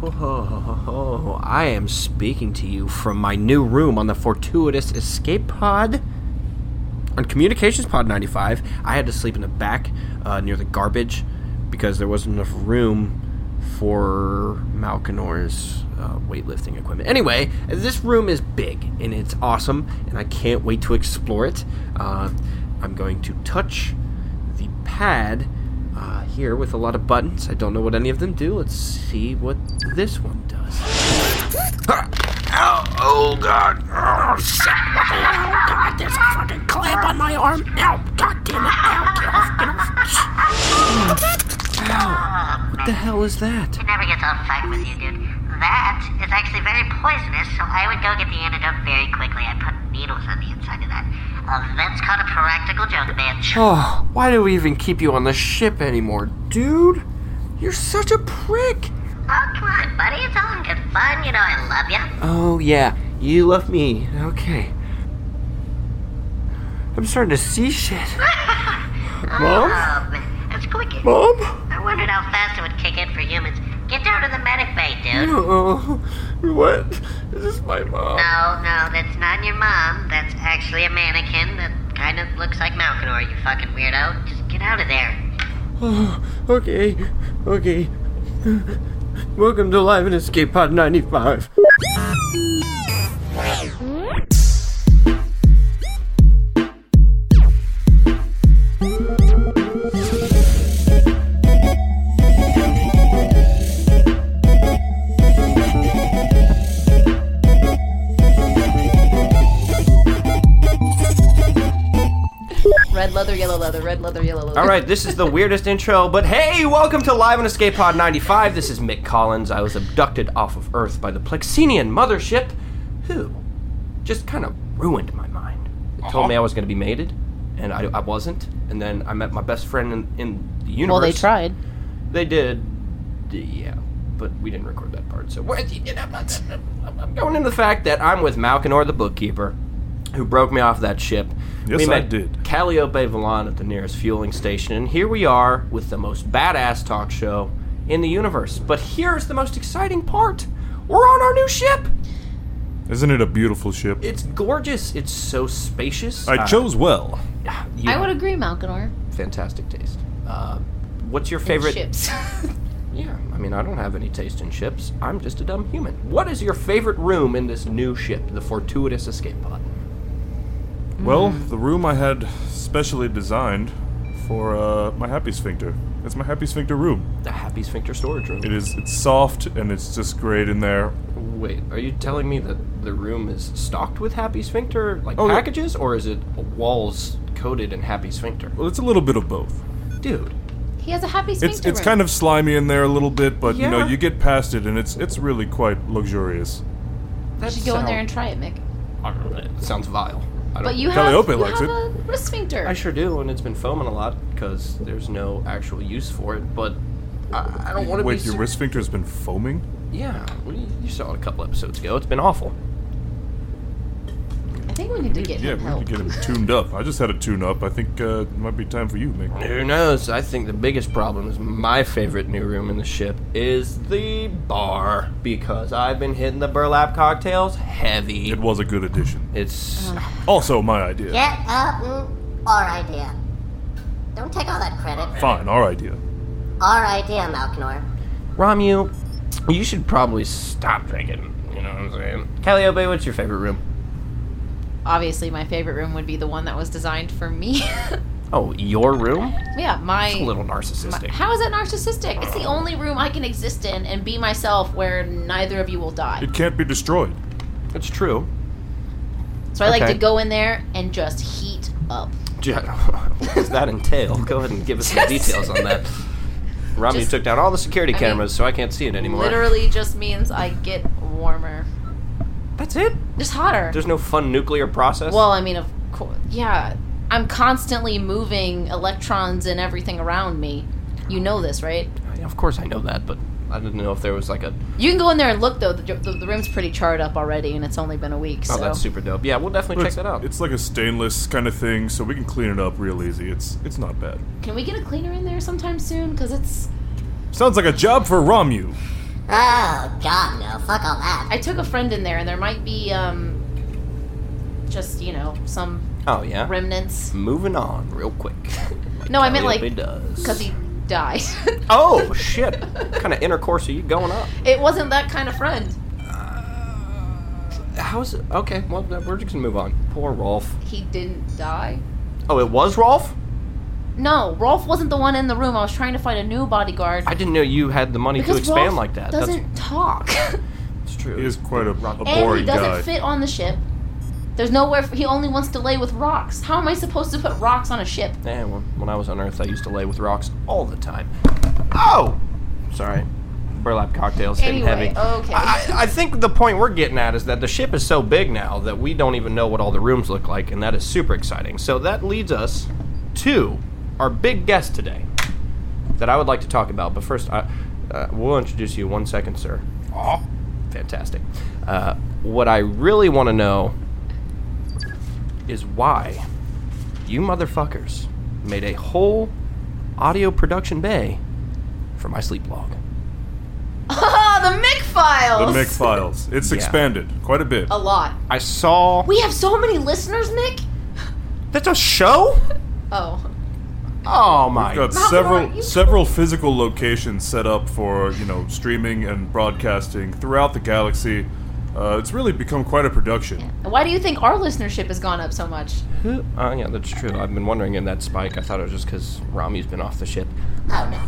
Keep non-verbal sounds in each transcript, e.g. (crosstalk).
Ho, ho, ho, ho, ho. Oh, I am speaking to you from my new room on the fortuitous escape pod. On Communications Pod 95, I had to sleep in the back uh, near the garbage because there wasn't enough room for Malkinor's uh, weightlifting equipment. Anyway, this room is big and it's awesome, and I can't wait to explore it. Uh, I'm going to touch the pad uh, here with a lot of buttons. I don't know what any of them do. Let's see what this one does. Ow, oh god. Oh shit. What the hell? Oh god, there's a fucking clamp on my arm. Ow, god damn it. Ow, get off, get off. Ow! What the hell is that? It never gets off fact with you, dude. That is actually very poisonous, so I would go get the antidote very quickly. I put needles on the inside of that. Uh, that's called a practical joke, bitch. Oh, why do we even keep you on the ship anymore, dude? You're such a prick. Oh, come on, buddy. It's all in good fun. You know I love you. Oh yeah, you love me. Okay. I'm starting to see shit. Mom? Oh, that's quick. Mom? I wondered how fast it would kick in for humans. Get down to the medic bay, dude. Oh, what? Is this my mom? No, no, that's not your mom. That's actually a mannequin that kind of looks like Malkinor, you fucking weirdo. Just get out of there. Oh, okay, okay. Welcome to Live and Escape Pod 95. Red leather, yellow leather, red leather, yellow leather. All right, this is the weirdest intro, but hey, welcome to Live and Escape Pod 95. This is Mick Collins. I was abducted off of Earth by the Plexenian mothership, who just kind of ruined my mind. It told me I was going to be mated, and I, I wasn't. And then I met my best friend in, in the universe. Well, they tried. They did, yeah, but we didn't record that part. So we're- and I'm, not- I'm- I'm going into the fact that I'm with Malkinor, the bookkeeper, who broke me off that ship. Yes, we I met did. Calliope Valon at the nearest fueling station, and here we are with the most badass talk show in the universe. But here's the most exciting part: we're on our new ship. Isn't it a beautiful ship? It's gorgeous. It's so spacious. Ah. I chose well. Uh, you I have would agree, Malkinor. fantastic taste. Uh, what's your favorite? Ships. (laughs) Yeah, I mean, I don't have any taste in ships. I'm just a dumb human. What is your favorite room in this new ship, the Fortuitous Escape Pod? Well, Mm-hmm. the room I had specially designed for uh, my happy sphincter. It's my happy sphincter room. The Happy Sphincter Storage Room. It is. It's soft and it's just great in there. Wait, are you telling me that the room is stocked with Happy Sphincter, like Oh, yeah. packages, or is it walls coated in Happy Sphincter? Well, it's a little bit of both. Dude, he has a happy sphincter. It's it's kind of slimy in there a little bit, but you know Yeah. you get past it and it's it's really quite luxurious. that You should go in there and sound- try it, Mick. It sounds vile. I don't, But you have, Calliope you likes have it. a wrist sphincter. I sure do, and it's been foaming a lot because there's no actual use for it. But I, I don't want to be. Wait, your ser- wrist sphincter's been foaming? Yeah, well, you, you saw it a couple episodes ago. It's been awful. I think we need to get Yeah, him we help. need to get him tuned up. I just had a tune up. I think uh, it might be time for you, Mick. Who knows? I think the biggest problem is my favorite new room in the ship is the bar because I've been hitting the burlap cocktails heavy. It was a good addition. It's Also, my idea. Get up. mm, Our idea. Don't take all that credit. Fine, our idea. Our idea, Malkinor. Romu. You should probably stop drinking. You know what I'm saying? Calliope, what's your favorite room? Obviously, my favorite room would be the one that was designed for me. (laughs) Oh, your room? yeah, my. A little narcissistic. How is that narcissistic? It's the only room I can exist in and be myself where neither of you will die. It can't be destroyed. It's true. So I like okay. to go in there and just heat up. Ju- (laughs) What does that entail? Go ahead and give us some details on (laughs) that. Romu Just- took down all the security I mean, cameras, so I can't see it anymore. Literally just means I get warmer. That's it? Just hotter. There's no fun nuclear process? Well, I mean, of course, yeah. I'm constantly moving electrons and everything around me. You know this, right? Yeah, Of course I know that, but I didn't know if there was like a. You can go in there and look though. The, the, the room's pretty charred up already, and it's only been a week. Oh, so that's super dope. Yeah, we'll definitely check it's, that out. It's like a stainless kind of thing, so we can clean it up real easy. It's it's not bad. can we get a cleaner in there sometime soon? Because it's Sounds like a job for Romu. Uh, Oh, God, no. Fuck all that. I took a friend in there, and there might be um, just you know some Oh yeah. remnants. Moving on real (laughs) quick. No, I meant like Calliope does. because he died. (laughs) Oh (laughs) shit! what kind of intercourse are you going up? it wasn't that kind of friend. How's it? Okay, well we're just gonna move on. Poor Rolf. He didn't die. Oh, it was Rolf. No, Rolf wasn't the one in the room. I was trying to find a new bodyguard. I didn't know you had the money to because expand Rolf like that. That's, doesn't (laughs) talk, that's true. He is quite a, a and boring he doesn't guy. fit on the ship. There's nowhere. For, he only wants to lay with rocks. How am I supposed to put rocks on a ship? (laughs) Yeah, when, when I was on Earth, I used to lay with rocks all the time. Oh, sorry, burlap cocktails hitting heavy. Anyway, okay. I, I- I think the point we're getting at is that the ship is so big now that we don't even know what all the rooms look like, and that is super exciting. So that leads us to our big guest today that I would like to talk about. But first, I, uh, we'll introduce you one second, sir. Oh, fantastic! Uh, what I really want to know is why you motherfuckers made a whole audio production bay for my sleep log. Ah, the Mick The files. Mick files. It's Yeah. expanded quite a bit. A lot. I saw. We have so many listeners, Nick. That's a show? Oh, Oh my. We've got Malcolm, are several you- several physical locations set up for you know streaming and broadcasting throughout the galaxy. Uh, it's really become quite a production. why do you think our listenership has gone up so much? Who? Uh, yeah, that's true. I've been wondering in that spike. I thought it was just because Rami's been off the ship. Oh, no.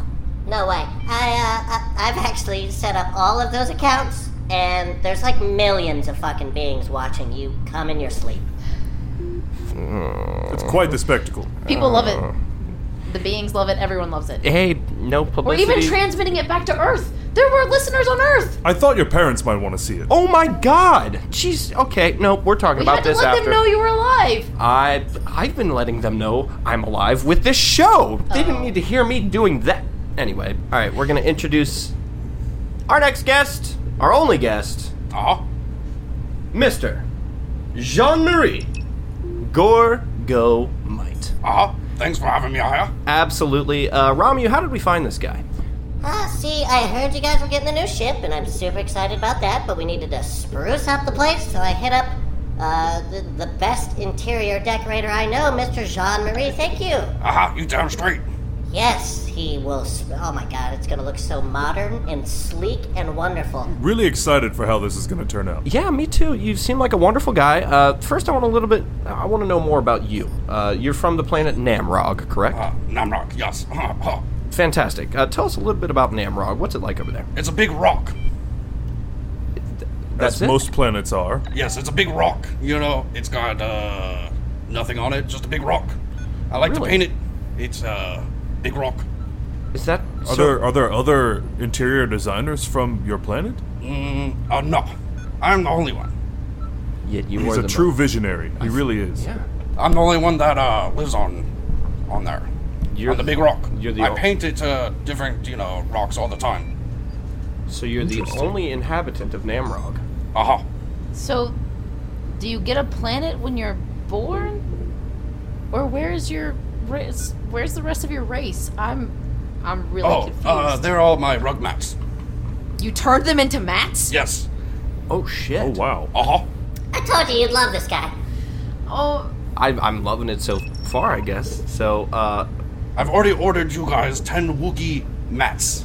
No way. I, uh, I, I've actually set up all of those accounts, and there's like millions of fucking beings watching you come in your sleep. It's quite the spectacle. People love it. The beings love it. Everyone loves it. Hey, no We're publicity. even transmitting it back to Earth. There were listeners on Earth. I thought your parents might want to see it. oh my god. Jeez. Okay. No, we're talking We about had to this let after. them know you were alive. I I've been letting them know I'm alive with this show. They didn't Oh. need to hear me doing that. Anyway, all right, we're gonna introduce our next guest, our only guest, Uh-huh, Ah. Mister Jean Marie Gorgo Might. Ah, thanks for having me here. Absolutely, uh, Ramu. How did we find this guy? Ah, see, I heard you guys were getting the new ship, and I'm super excited about that, but we needed to spruce up the place, so I hit up uh, the, the best interior decorator I know, Mr. Jean Marie. Thank you. Aha, Uh-huh, you down straight. Yes, he will. Sp- oh my god, it's gonna look so modern and sleek and wonderful. Really excited for how this is going to turn out. Yeah, me too. You seem like a wonderful guy. Uh, first, I want a little bit. I want to know more about you. Uh, you're from the planet Namrog, correct? Uh, Namrock, yes. (laughs) Ah, ah. Fantastic. Uh, tell us a little bit about Namrog. What's it like over there? It's a big rock. That's As it? most planets are. Yes, it's a big rock. You know, it's got uh, nothing on it, just a big rock. I like Really? to paint it. It's a uh, big rock. Is that Are so- there are there other interior designers from your planet? Mm, uh, no, I'm the only one. Yet you He's were a the true mo- visionary. He really is. Yeah. I'm the only one that uh, lives on, on there. You're on the big rock. you're the I ol- paint it uh, different, you know, rocks all the time. So you're the only inhabitant of Namrog. Aha. So, do you get a planet when you're born, or where is your race? Where's the rest of your race? I'm, I'm really Oh, confused. uh, they're all my rug mats. you turned them into mats? Yes. Uh-huh. Oh shit! Oh wow. Aha. I told you you'd love this guy. Oh, I, I'm loving it so far, I guess. So, uh, I've already ordered you guys 10 Woogie mats.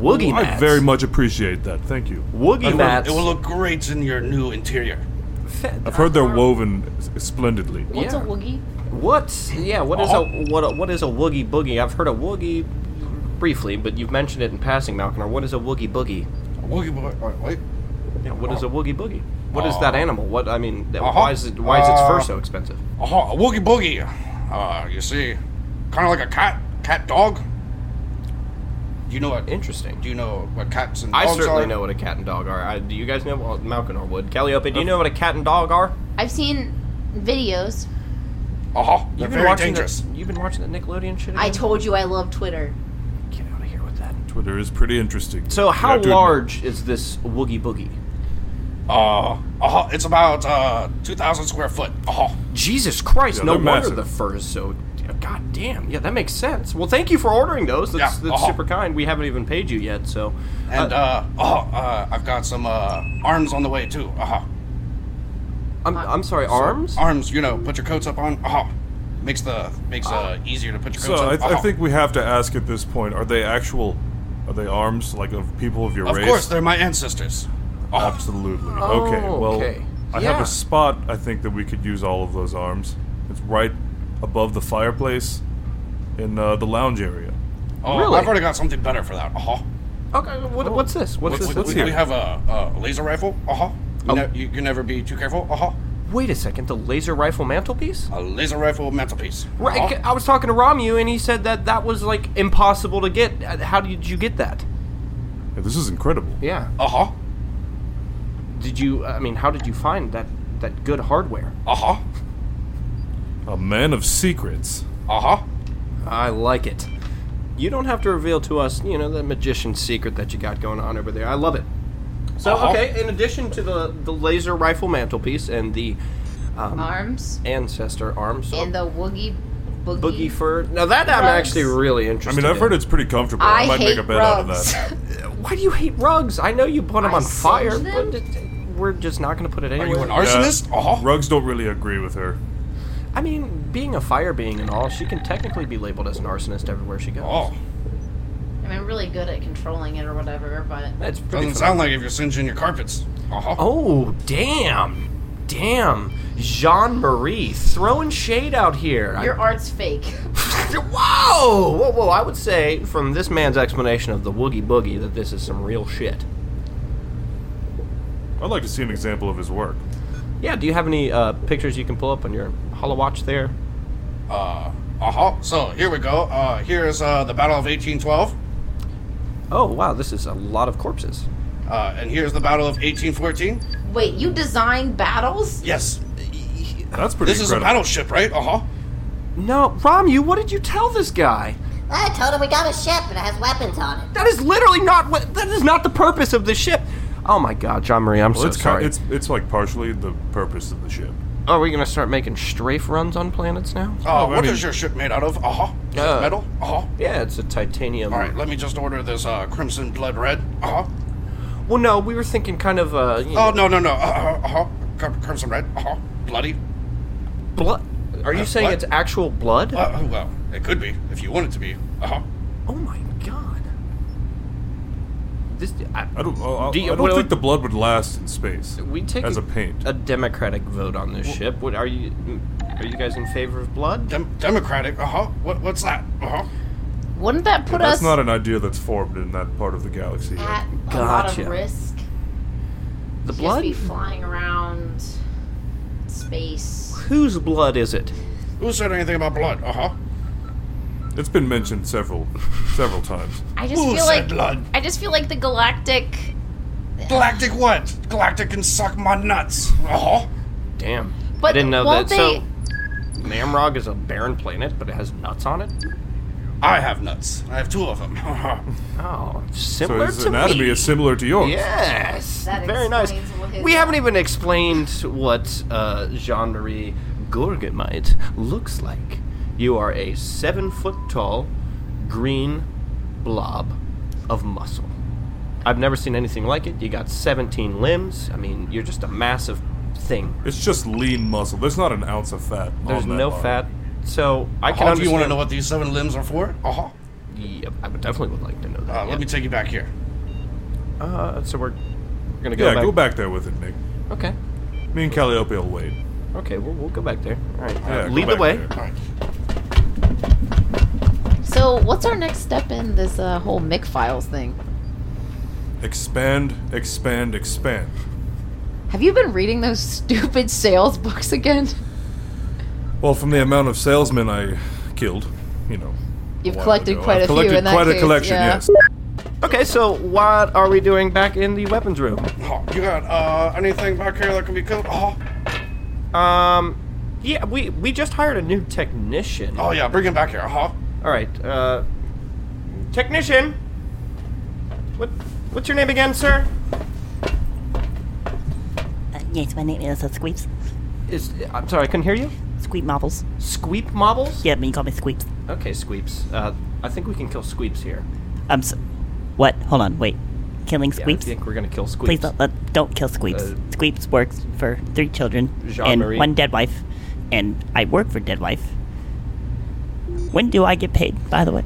Woogie I mats. very much appreciate that. Thank you. Woogie It will, mats. it will look great in your new interior. Fa- I've heard they're woven s- splendidly. what's Yeah. a woogie? What? Yeah. What is Uh-huh. a what? A, what is a woogie boogie? I've heard a woogie briefly, but you've mentioned it in passing, Malkinar. What is a woogie boogie? Woogie, wait, wait, wait. Yeah, what uh-huh. is a woogie boogie? What is that animal? What I mean, that- why is it why is its Uh-huh. fur so expensive? Aha, a Woogie Boogie. Uh, you see, kind of like a cat, cat dog. Do you know what? Interesting. Do you know what cats and I dogs certainly are? know what a cat and dog are. I, do you guys know? Well, Malkinar would. Calliope, do you know what a cat and dog are? I've seen videos. Aha, they're You've been very watching dangerous. The, you've been watching the Nickelodeon shit. I again? told you I love Twitter. Get out of here with that. Twitter is pretty interesting. So, You how have to admit. large is this woogie boogie? Uh, aha, it's about uh 2,000 square foot. Aha, Jesus Christ! Yeah, no they're wonder massive. the fur is so God damn. Yeah, that makes sense. Well, thank you for ordering those. That's, Yeah, that's uh-huh. super kind. We haven't even paid you yet, so. And, uh, oh, uh, I've got some, uh, arms on the way, too. Uh-huh. I'm, I'm sorry, arms? Arms, you know, put your coats up on. Uh-huh. Makes the, makes, Oh. uh, easier to put your So coats I, up. th- I Uh-huh. think we have to ask at this point: Are they actual? Are they arms like of people of your Of race? course, they're my ancestors. Uh-huh. Absolutely. Oh, okay. Well, okay. I have Yeah. a spot. I think that we could use all of those arms. It's right above the fireplace in uh, the lounge area. Oh, Really? I've already got something better for that. Uh-huh. Okay, what, Oh, what's this? What's We- this? we, What's we- we here? have a, a laser rifle. Uh-huh. You, Oh. ne- you can never be too careful. Uh-huh. Wait a second, the laser rifle mantelpiece? A laser rifle mantelpiece. Right, Uh-huh. I was talking to Romu, and he said that that was like impossible to get. Uh, How did you get that? Yeah, this is incredible. Yeah. Uh-huh. Did you? I mean, how did you find that that good hardware? Uh-huh. A man of secrets. Uh-huh. I like it. You don't have to reveal to us, you know, the magician's secret that you got going on over there. I love it. So, Uh-huh. okay, in addition to the the laser rifle mantelpiece and the um, Arms ancestor arms oh. and the woogie boogie. boogie fur. Now that I'm Rugs. actually really I interested. mean, I've in. heard it's pretty comfortable. I, I, might hate make a bet out of (laughs) rugs. that. Why do you hate rugs? I know you put them I on fire, singed them. but it, we're just not going to put it Are you anywhere. an arsonist? Uh-huh. Rugs don't really agree with her. I mean, being a fire being and all, she can technically be labeled as an arsonist everywhere she goes. Oh, I mean, (laughs) I'm really good at controlling it or whatever, but that's pretty. doesn't fun. sound like if you're singeing your carpets. Uh-huh. Oh, damn. Damn. Jean Marie throwing shade out here. I- your art's (laughs) fake. (laughs) whoa! Whoa, whoa. I would say, from this man's explanation of the Woogie Boogie, that this is some real shit. I'd like to see an example of his work. Yeah, do you have any uh, pictures you can pull up on your hollow watch there? Uh, uh-huh. So, here we go. Uh, here's, uh, the Battle of 1812. Oh, wow, this is a lot of corpses. Uh, and here's the Battle of 1814. Wait, you design battles? Yes. That's pretty This is a incredible. battleship, right? Uh-huh. No, Romu, what did you tell this guy? I told him we got a ship and it has weapons on it. That is literally not what. That is not the purpose of this ship. Oh my God, John Marie, I'm Well, so it's, ki- sorry. it's it's like partially the purpose of the ship. Oh, Are we gonna start making strafe runs on planets now? Oh, Uh, I what mean- is your ship made out of? Uh-huh. Is it Uh, metal? Uh-huh. Yeah, it's a titanium. All right, let me just order this, uh, Crimson Blood Red. Uh-huh. Well, no, we were thinking kind of uh. You Oh know, no no no! Uh huh. Uh-huh. Cur- Crimson red. Uh huh. Bloody. blood. Are you Uh, saying what? it's actual blood? Uh, well, it could be if you want it to be. Uh huh. oh my God. This. I, I don't. I, I- Do you- I don't what- think the blood would last in space. we take as a paint. a democratic vote on this ship. What are you? Are you guys in favor of blood? Dem- democratic. Uh huh. What what's that? Uh huh. Wouldn't that put That's us not an idea that's formed in that part of the galaxy. yet. at a lot of Gotcha. risk? The Just blood. be flying around space. Whose blood is it? Who said anything about blood? Uh huh. It's been mentioned several, (laughs) several times. I just Who feel said like blood? I just feel like the galactic. Galactic what? Galactic can suck my nuts. Uh huh. Damn. I But didn't know that. won't So, Namrog is a barren planet, but it has nuts on it. I have nuts. I have two of them. (laughs) Uh-huh. Oh, So similar his to anatomy me. is similar to yours. Yes, That very nice. explains what his- We haven't even explained what uh, Jean Marie Gorgamite looks like. You are a seven foot tall green blob of muscle. I've never seen anything like it. You got 17 limbs. I mean, you're just a massive thing. It's just lean muscle. There's not an ounce of fat. There's on that no body. fat. So I can Uh-huh. Do you want to understand- know what these seven limbs are for? Uh huh. Yeah, I would definitely would like to know that. Uh, yeah. let me take you back here. Uh, so we're, we're gonna go Yeah, back. go back there with it, Nick. Okay. Me and Calliope will wait. Okay, we'll, we'll go back there. All right. Yeah, Uh, go lead the back way. there. All right. So what's our next step in this uh, whole Mick files thing? Expand, expand, expand. Have you been reading those (laughs) stupid sales books again? Well, from the amount of salesmen I killed, you know. a You've while collected ago, quite I've a few collected in that quite a case, collection. yeah. Yes. Okay, so what are we doing back in the weapons room? Uh-huh. You got uh anything back here that can be killed? Uh huh. Um, yeah, we we just hired a new technician. Oh All yeah, bring him back here. Uh huh. right, uh, technician. What what's your name again, sir? Uh, yes, my name is uh, Squeeps. Is I'm sorry, I couldn't hear you. Squeep marbles. Squeep marbles? Yeah, but you call me Squeeps. Okay, squeeps. Uh, I think we can kill squeeps here. Um, s what? Hold on, wait. Killing Yeah, Squeeps? I think we're gonna kill squeeps. Please don't, let, don't kill Squeeps. Uh, Squeeps works for three children Jean-Marie. and one dead wife, and I work for dead wife. When do I get paid, by the way?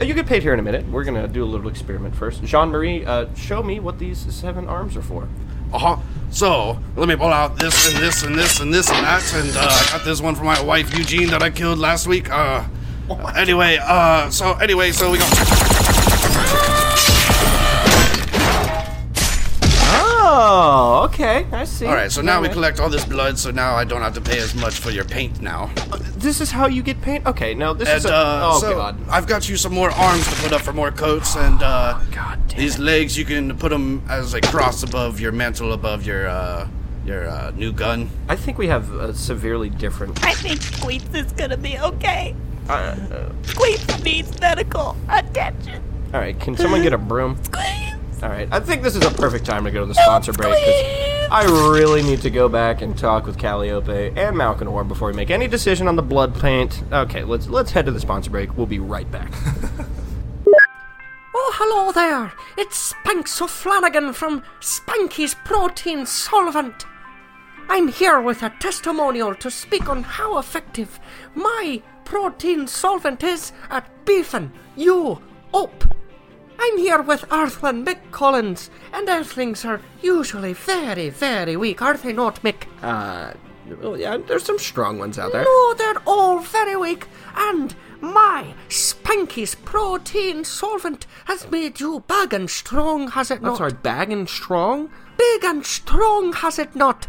Uh, You get paid here in a minute. We're gonna do a little experiment first. Jean Marie, uh, show me what these seven arms are for. Uh huh. So let me pull out this and this and this and this and that. And uh, I got this one for my wife Eugene that I killed last week. Uh. Anyway. Uh. So anyway. So we go. Oh, okay. I see. Ah! All right. So now we Alright. collect all this blood. So now I don't have to pay as much for your paint now. This is how you get paint. Okay, no, this And is. A, uh, oh so god. I've got you some more arms to put up for more coats, and uh, Oh, God damn these legs you can put them as a cross above your mantle, above your uh, your uh, new gun. I think we have uh, severely different. I think Squeeps is gonna be okay. Uh, uh, Squeeps needs medical attention. all right, can someone get a broom? Squeeps! All right, I think this is a perfect time to go to the sponsor break. 'cause I really need to go back and talk with Calliope and Malkinor before we make any decision on the blood paint. Okay, let's let's head to the sponsor break. We'll be right (laughs) back. Oh, hello there. It's Spanks O'Flanagan from Spanky's Protein Solvent. I'm here with a testimonial to speak on how effective my protein solvent is at beefing you up. I'm here with Earthling Mick Collins, and Earthlings are usually very, very weak, are they not, Mick? Uh, well, yeah, there's some strong ones out there. No, they're all very weak, and my Spanky's protein solvent has made you big and strong, has it Oh. I'm not? sorry, bag and strong. Big and strong, has it not?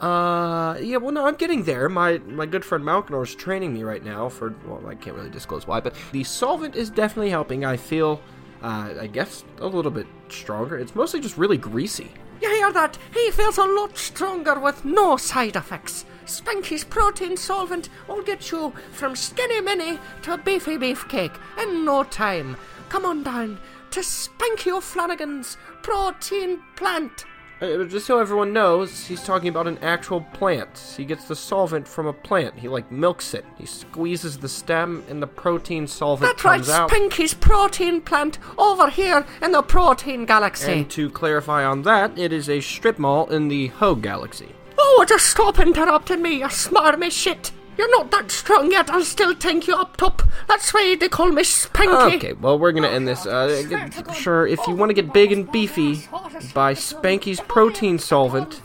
Uh, yeah, well, no, I'm getting there. My my good friend Malkinor is training me right now for well, I can't really disclose why, but the solvent is definitely helping. I feel, uh, I guess, a little bit stronger. It's mostly just really greasy. You hear that? He feels a lot stronger with no side effects. Spanky's protein solvent will get you from skinny mini to beefy beefcake in no time. Come on down to Spanky O'Flanagan's protein plant. Uh, just so everyone knows, he's talking about an actual plant. He gets the solvent from a plant. He like milks it. He squeezes the stem, and the protein solvent That's right, comes out. Spanky's protein plant over here in the protein galaxy. And to clarify on that, it is a strip mall in the Ho Galaxy. Oh, just stop interrupting me, you smarmy shit. You're not that strong yet, I'll still think you up top. That's why they call me Spanky. Okay, well, we're gonna end this. Uh, g- sure, if you want to get big and beefy, buy Spanky's protein solvent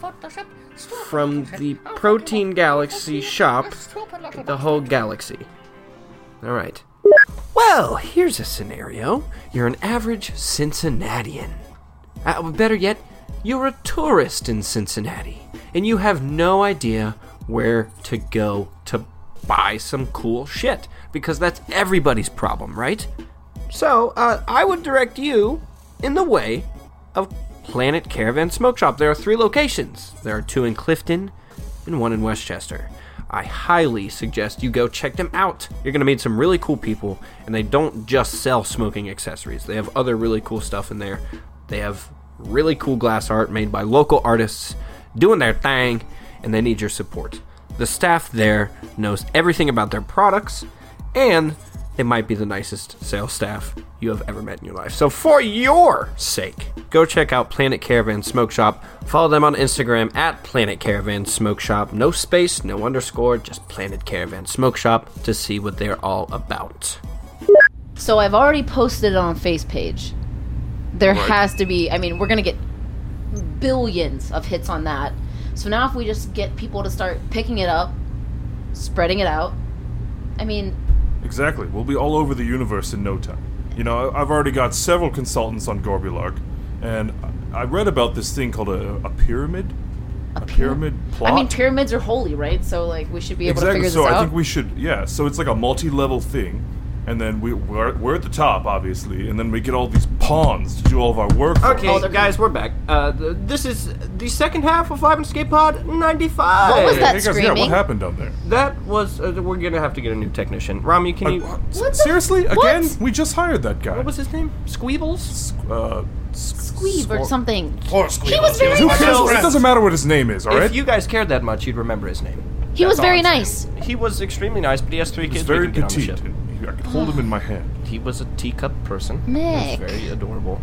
from the Protein Galaxy shop, the whole galaxy. All right. Well, here's a scenario. You're an average Cincinnatian. Uh, better yet, you're a tourist in Cincinnati, and you have no idea where to go to buy some cool shit, because that's everybody's problem, right? So, uh, I would direct you in the way of Planet Caravan Smoke Shop. There are three locations. There are two in Clifton and one in Westchester. I highly suggest you go check them out. You're going to meet some really cool people, and they don't just sell smoking accessories. They have other really cool stuff in there. They have really cool glass art made by local artists doing their thing, and they need your support. The staff there knows everything about their products, and they might be the nicest sales staff you have ever met in your life. So, for your sake, go check out Planet Caravan Smoke Shop. Follow them on Instagram at Planet Caravan Smoke Shop. No space, no underscore, just Planet Caravan Smoke Shop to see what they're all about. So I've already posted it on face page. There has to be. I mean, we're gonna get billions of hits on that. So now if we just get people to start picking it up, spreading it out. I mean, Exactly. We'll be all over the universe in no time. You know, I- I've already got several consultants on Gorbulark, and I I read about this thing called a, a pyramid. A, pyramid plot. I mean, pyramids are holy, right? So like, we should be able to exactly. figure So this I out. think we should. Yeah. So it's like a multi-level thing, and then we we're, we're at the top, obviously, and then we get all these pawns to do all of our work. Oh. for us. Okay, guys, we're back. Uh, th- this is the second half of Live and Escape Pod 95. What was that? Hey, guys, yeah, what screaming? happened down there? That was. Uh, we're gonna have to get a new technician. Rami, can you. Uh, What seriously? what? Again? We just hired that guy. was his name? Squeebles? uh, Squeeb or something. Poor Squeak. He was very Who nice. cares? It doesn't matter what his name is, all right? If you guys cared that much, you'd remember his name. He was That's all very I'm saying. nice. He was extremely nice, but he has three He's kids. we very can get on the petite. ship. and I could hold him in my hand. He was a teacup person. He was Nick. very adorable.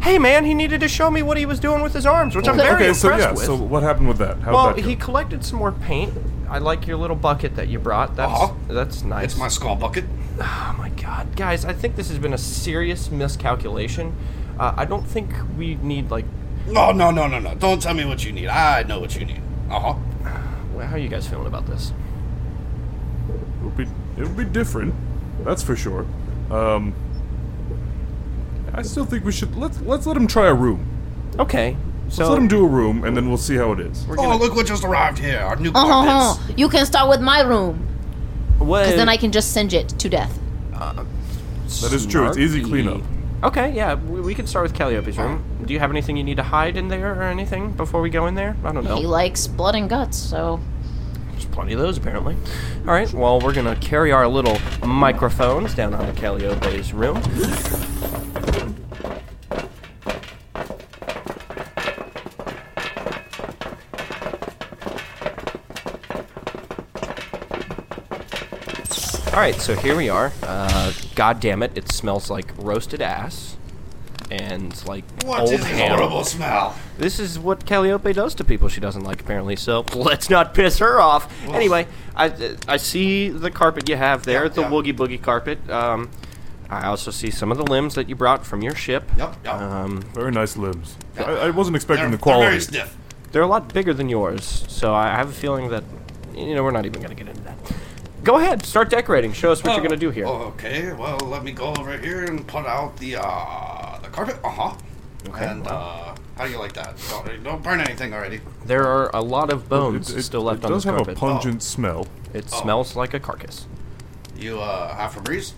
Hey man, he needed to show me what he was doing with his arms, which I'm very okay, impressed so yeah, with. so what happened with that? How well, that go? he collected some more paint. I like your little bucket that you brought. That's Uh-huh. that's nice. It's my skull bucket. Oh my god, guys! I think this has been a serious miscalculation. Uh, I don't think we need like. No, no, no, no, no. Don't tell me what you need. I know what you need. Uh huh. wh- How are you guys feeling about this? It would be it would be different, that's for sure. Um, I still think we should let's let's let him try a room. Okay, so let's let him do a room, and then we'll see how it is. We're Oh, gonna, look what just arrived here. Our new Uh-huh. carpets. You can start with my room, what, because then I can just send it to death. That is true. It's easy cleanup. Okay, yeah, we, we can start with Calliope's room. Do you have anything you need to hide in there or anything before we go in there? I don't know. He likes blood and guts, so There's plenty of those, apparently. All right, well, we're going to carry our little microphones down onto Calliope's room. All right, so here we are. Uh, God damn it, it smells like roasted ass and like What old is the ham. horrible smell? This is what Calliope does to people she doesn't like, apparently. So (laughs) let's not piss her off. Anyway, I I see the carpet you have there, Yeah, the yeah. woogie boogie carpet. Um, I also see some of the limbs that you brought from your ship. Yep, yep. Um, Very nice limbs. I, I wasn't they're, expecting the they're very quality. stiff. they're a lot bigger than yours, so I have a feeling that you know we're not even going to get into that. Go ahead, start decorating. Show us what you're going to do here. Oh. Okay, well, let me go over here and put out the uh the carpet. Uh huh. Okay, And uh, how do you like that? Don't, don't burn anything already. There are a lot of bones It- it- still left it on does this have carpet. a Oh. pungent smell. it smells like a carcass. You uh have Febreze?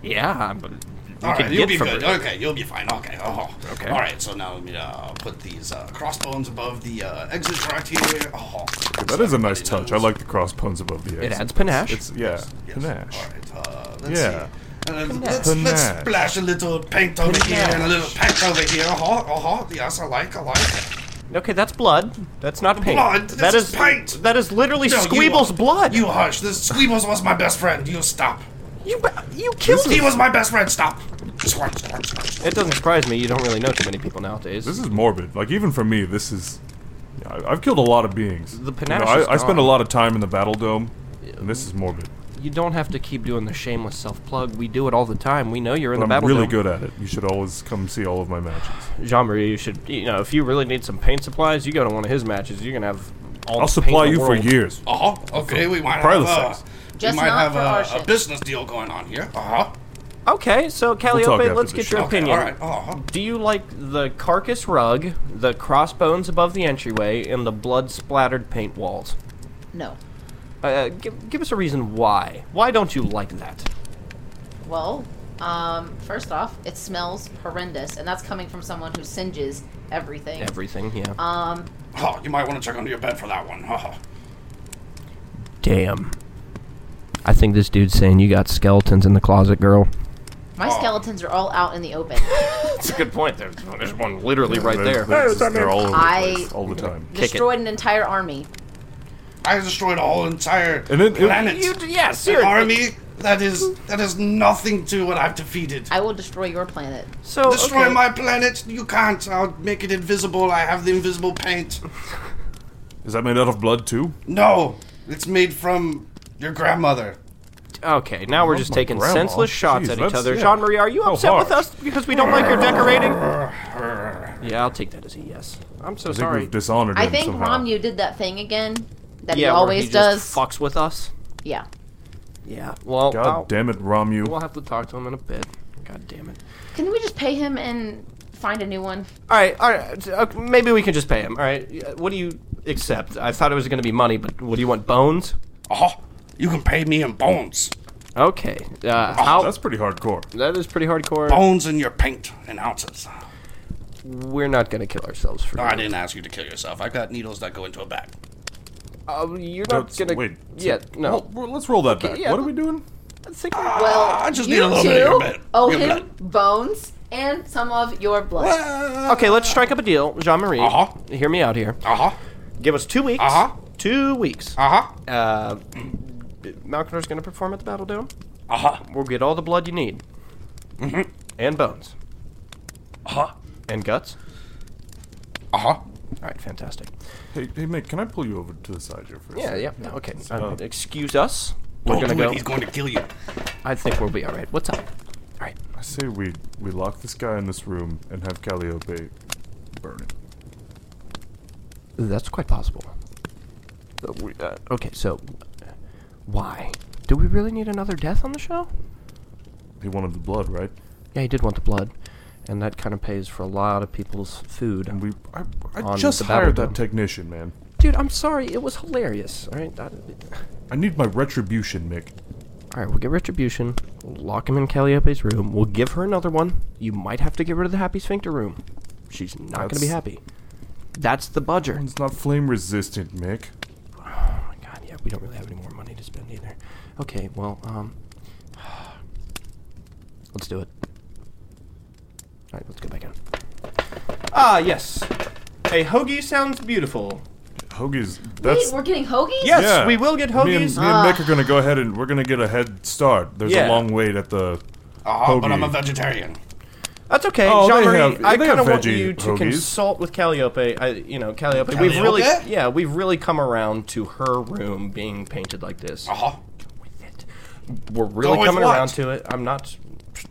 Yeah, but you All can right, you'll get be from good. it. Okay, you'll be fine. Okay. Oh. Okay. All right. So now let me uh, put these uh, crossbones above the uh, exits right here. Oh. That is a nice touch. I like the cross puns above the eggs. It adds panache. It's yeah, Yes. panache. All right. Uh, let's Yeah. see. And then let's, let's Panache. splash a little paint over here and a little paint over here. Uh huh. Uh huh. Yes, I like. I like. Okay, that's blood. That's not paint. Blood? That This is is paint. That is literally No, you- Squeeble's blood. You hush. This Squeebles was my best friend. You stop. you, ba- you killed me. He was my best friend. Stop. Squirt, squirt, squirt, squirt. It doesn't surprise me. You don't really know too many people nowadays. This is morbid. Like even for me, this is. yeah, I- I've killed a lot of beings. The panache You know, I, is I spend a gone. lot of time in the battle dome, and this is morbid. you don't have to keep doing the shameless self plug. We do it all the time. We know you're in But the I'm battle. really good at it. You should always come see all of my matches. Jean Marie, you should. You know, if you really need some paint supplies, you go to one of his matches. You're gonna have all. I'll the supply paint in you the for world. years. Uh huh. Okay, we might have, Probably uh, sex. we Just might not have for our uh, a shit. business deal going on here. Uh huh. Okay, so talk Calliope, after let's the get show. your Okay, opinion. All right. Uh huh. Do you like the carcass rug, the crossbones above the entryway, and the blood splattered paint walls? no. Uh, give, give us a reason why. Why don't you like that? Well, um, first off, it smells horrendous, and that's coming from someone who singes everything. Everything, yeah. Oh, you might want to check under your bed for that one. Uh-huh. Damn. I think this dude's saying you got skeletons in the closet, girl. My skeletons are all out in the open. That's a good point. There's, there's one literally right They're, there. they're, they're all over the I- place, all the time. it. Destroyed an entire army. I destroyed a whole entire And then- planet. You, yeah, An seriously. army that is that is nothing to what I've defeated. I will destroy your planet. So, Destroy Oh, okay. my planet? You can't. I'll make it invisible. I have the invisible paint. Is that made out of blood too? No, it's made from your grandmother. Okay, now we're Love just my taking grandma. senseless shots Jeez, at each that's- other. yeah. Oh, Jean Marie, are you How upset with harsh. us because we don't like your (laughs) decorating? yeah, I'll take that as a yes. I'm so I think sorry. we've dishonored I him think somehow. Romu did that thing again that yeah, where he always he does. Just fucks with us. Yeah. Yeah. Well, God I'll- damn it, Romu. we'll have to talk to him in a bit. God damn it. Can we just pay him and find a new one? All right, all right. uh, Maybe we can just pay him. All right. Yeah, What do you accept? I thought it was going to be money, but what do you want? Bones? Oh, you can pay me in bones, Okay. Uh, how? Oh, That's pretty hardcore. That is pretty hardcore. bones in your paint and ounces. We're not going to kill ourselves for I that. didn't ask you to kill yourself. I got needles that go into a bag. Uh, you're not That's- going to. wait, so- Yeah. No. Well, well, let's roll that back. yeah, what are but- we doing? That's sick. Well, Ah, I just you need a little two bit of your bit. owe Your him blood. bones and some of your blood. (sighs) Okay, let's strike up a deal, Jean Marie. Uh-huh. Hear me out here. Uh huh. Give us two weeks. Uh-huh. Two weeks. Uh-huh. Uh huh. Uh, (clears throat) Malkinor's gonna perform at the Battle Dome. Uh huh. We'll get all the blood you need, mm-hmm. and bones, Uh huh. and guts. Uh huh. All right, fantastic. Hey, hey, mate, can I pull you over to the side here for a Yeah, second? yeah. no, Okay. Um, excuse us. We're Don't gonna do it. go. He's going to kill you. I think we'll be all right. What's up? All right. I say we we lock this guy in this room and have Calliope burn it. That's quite possible. Uh, we- uh, okay, so uh, why do we really need another death on the show? He wanted the blood, right? Yeah, he did want the blood, and that kind of pays for a lot of people's food. And we I, I On just the Battle hired that Dome. technician, man. Dude, I'm sorry. It was hilarious. All right. That, I need my retribution, Mick. all right, we'll get retribution. We'll lock him in Calliope's room. We'll give her another one. You might have to get rid of the Happy Sphincter room. She's not going to be That's- happy. That's the budger. It's not flame resistant, Mick. Oh my god, yeah, we don't really have any more money to spend either. Okay, well, um. (sighs) Let's do it. Alright, let's go back in. Ah, yes. A hoagie sounds beautiful. Hoagies. Wait, That's we're getting hoagies? Yes, yeah. we will get Me and, hoagies. Ah. me and Mick are gonna go ahead and we're gonna get a head start. There's Yeah. a long wait at the. Uh-huh, but I'm a Hoagie. vegetarian. That's okay, Oh, they Jean-Marie. have- I they kind of have want veggie you to hoagies. consult with Calliope. I, you know, Calliope. We've really, Calliope? yeah, we've really come around to her room being painted like this. Uh huh. with it. We're really Go with coming what? Oh, around to it. I'm not,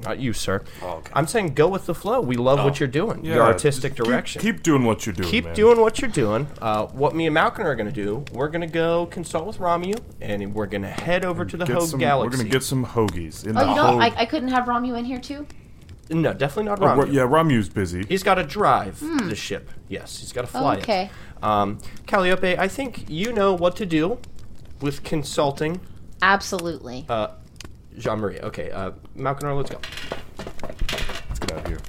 not you, sir. okay. Oh. I'm saying go with the flow. We love what you're doing. Yeah, your artistic just keep- direction. Keep, doing what you're doing. Keep man. doing what you're doing. Uh, what me and Malkin are going to do, we're going to go consult with Romu, and we're going to head over to the Get Hogue some, Galaxy. We're gonna get some hoagies in Oh, the you know, Hogue- I, I couldn't have Romu in here too? no, definitely not Oh, Romu. Ra- yeah, Ramu's busy. He's got to drive the ship. Yes, he's got to fly Okay. it. Um, Calliope, I think you know what to do with consulting Absolutely. Uh, Jean Marie. Okay, uh, Malkin, let's go. Let's get out of here.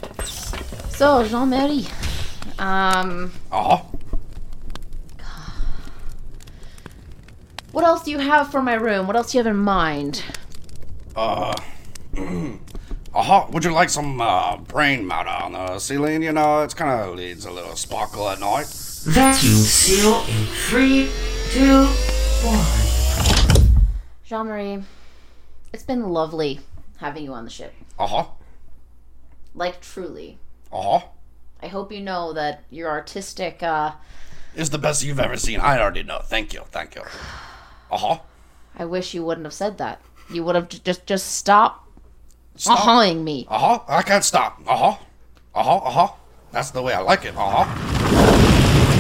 so, Jean Marie. Um, Uh huh. what else do you have for my room? What else do you have in mind? Uh huh. Would you like some uh, brain matter on the ceiling? You know, it's kind of leads a little sparkle at night. Vacuum seal in three, two, one. Jean Marie, it's been lovely having you on the ship. Uh huh. Like, truly. Uh huh. I hope you know that your artistic, uh, It's the best you've ever seen. I already know. Thank you. Thank you. Uh huh. I wish you wouldn't have said that. You would have j- just just stop, Stop. hawing me. Uh huh. I can't stop. Uh huh. Uh huh. Uh huh. That's the way I like it. Uh huh.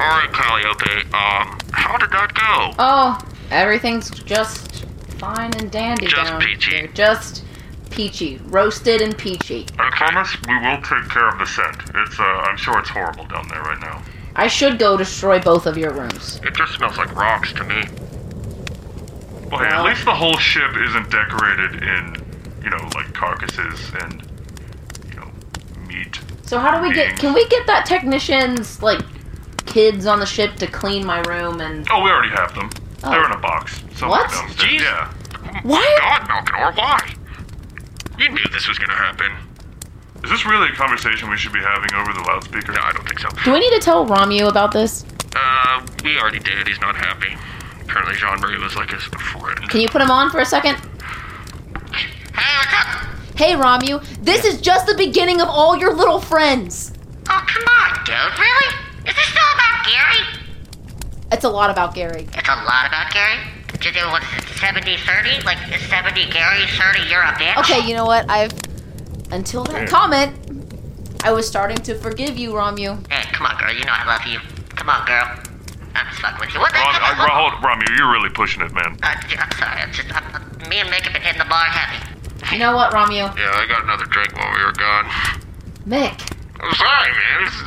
All right, Calliope. Um, how did that go? Oh, everything's just fine and dandy Just down peachy. here. Just peachy, roasted and peachy. I promise we will take care of the set. It's uh, I'm sure it's horrible down there right now. I should go destroy both of your rooms. It just smells like rocks to me. Well, hey, at least the whole ship isn't decorated in, you know, like carcasses and, you know, meat. So how do we get? Can we get that technician's like kids on the ship to clean my room and Oh, we already have them. They're in a box somewhere Oh. What? downstairs. Jeez. Yeah. what? God, Malkinor, why? You knew this was gonna happen. Is this really a conversation we should be having over the loudspeaker? No, I don't think so. Do we need to tell Romu about this? Uh, we already did. He's not happy. Apparently, Jean Marie was like his friend. Can you put him on for a second? Hey Romu, this is just the beginning of all your little friends. Oh, come on, dude. Really? Is this still about Gary? It's a lot about Gary. It's a lot about Gary. Did they, what is it, 70 30? Like, is 70 Gary, 30 you're a bitch? Okay, you know what? I've until that comment, I was starting to forgive you, Romu. Hey, come on, girl. You know I love you. Come on, girl. I'm just fucking with you. What the Ron, come I, on, Ron, hold, Ron, you're- you're really pushing it, man. Uh, yeah, I'm sorry. I'm just, I'm, I'm- me and Mick have been hitting the bar heavy. You know what, Romu? Yeah, I got another drink while we were gone. Mick. I'm sorry, man. It's,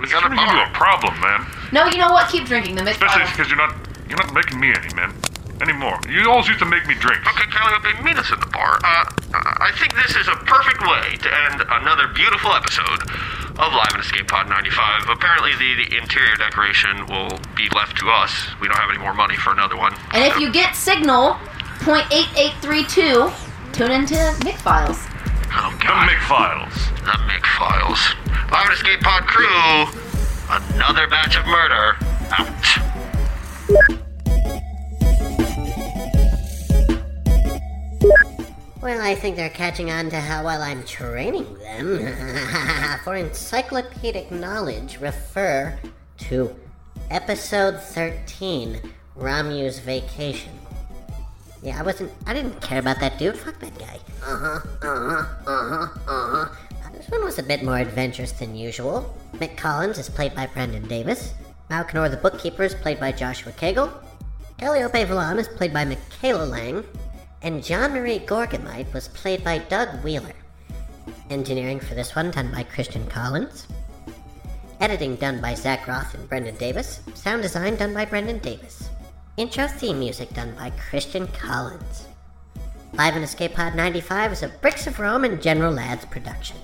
we got a gonna give you bottle. a problem, man. No, you know what? Keep drinking the Mick Especially bottle. because you're not you're not making me any, man, anymore. You always used to make me drink. Okay, Calliope, meet us at the bar. Uh, I I think this is a perfect way to end another beautiful episode of Live and Escape Pod 95. Apparently, the, the interior decoration will be left to us. We don't have any more money for another one. And if you get signal .8832, tune into McFiles. The McFiles. The McFiles. Live and Escape Pod crew. Another batch of murder out. Well, I think they're catching on to how well I'm training them. (laughs) For encyclopedic knowledge, refer to episode 13 Ramu's Vacation. Yeah, I wasn't. I didn't care about that dude. Fuck that guy. Uh huh, uh huh, uh huh, uh huh. This one was a bit more adventurous than usual. Mick Collins is played by Brendan Davis. Malknor the Bookkeeper is played by Joshua Cagle. Calliope Vallon is played by Michaela Lang. And John Marie Gorgamite was played by Doug Wheeler. Engineering for this one done by Christian Collins. Editing done by Zach Roth and Brendan Davis. Sound design done by Brendan Davis. Intro theme music done by Christian Collins. Live in Escape Pod 95 is a Bricks of Rome and General Lads production.